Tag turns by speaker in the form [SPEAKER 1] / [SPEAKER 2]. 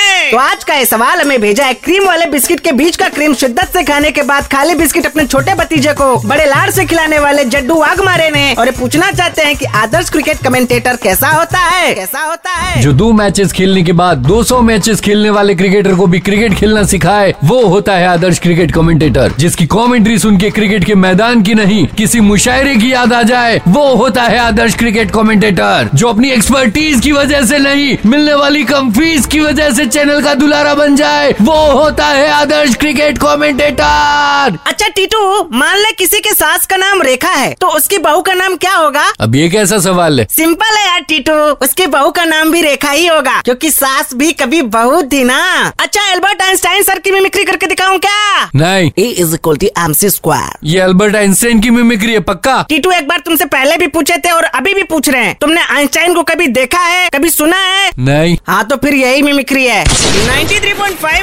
[SPEAKER 1] है
[SPEAKER 2] आज का ये सवाल हमें भेजा है क्रीम वाले बिस्किट के बीच का क्रीम शिद्दत से खाने के बाद खाली बिस्किट अपने छोटे भतीजे को बड़े लाड से खिलाने वाले जड्डू वाघ मारे ने और ये पूछना चाहते हैं कि आदर्श क्रिकेट कमेंटेटर कैसा होता है कैसा होता है
[SPEAKER 3] जो दो मैचेस खेलने के बाद 200 मैचेस खेलने वाले क्रिकेटर को भी क्रिकेट खेलना सिखाए वो होता है आदर्श क्रिकेट कमेंटेटर जिसकी कमेंट्री सुन के क्रिकेट के मैदान की नहीं किसी मुशायरे की याद आ जाए वो होता है आदर्श क्रिकेट कमेंटेटर जो अपनी एक्सपर्टीज की वजह से नहीं मिलने वाली कम फीस की वजह से चैनल का दुलारा बन जाए वो होता है आदर्श क्रिकेट कमेंटेटर
[SPEAKER 2] अच्छा टीटू मान ले किसी के सास का नाम रेखा है तो उसकी बहू का नाम क्या होगा
[SPEAKER 3] अब ये कैसा सवाल है
[SPEAKER 2] सिंपल है यार टीटू उसकी बहू का नाम भी रेखा ही होगा क्योंकि सास भी कभी बहू थी ना अच्छा एल्बर्ट आइंस्टाइन सर की मिमिक्री करके दिखाऊं क्या
[SPEAKER 3] नहीं
[SPEAKER 2] E is equal to M C square
[SPEAKER 3] ये अल्बर्ट आइंस्टाइन की मिमिक्री है पक्का
[SPEAKER 2] टीटू एक बार तुमसे पहले भी पूछे थे और अभी भी पूछ रहे हैं तुमने आइंस्टाइन को कभी देखा है कभी सुना है
[SPEAKER 3] नहीं
[SPEAKER 2] हाँ तो फिर यही मिमिक्री है
[SPEAKER 1] 93.5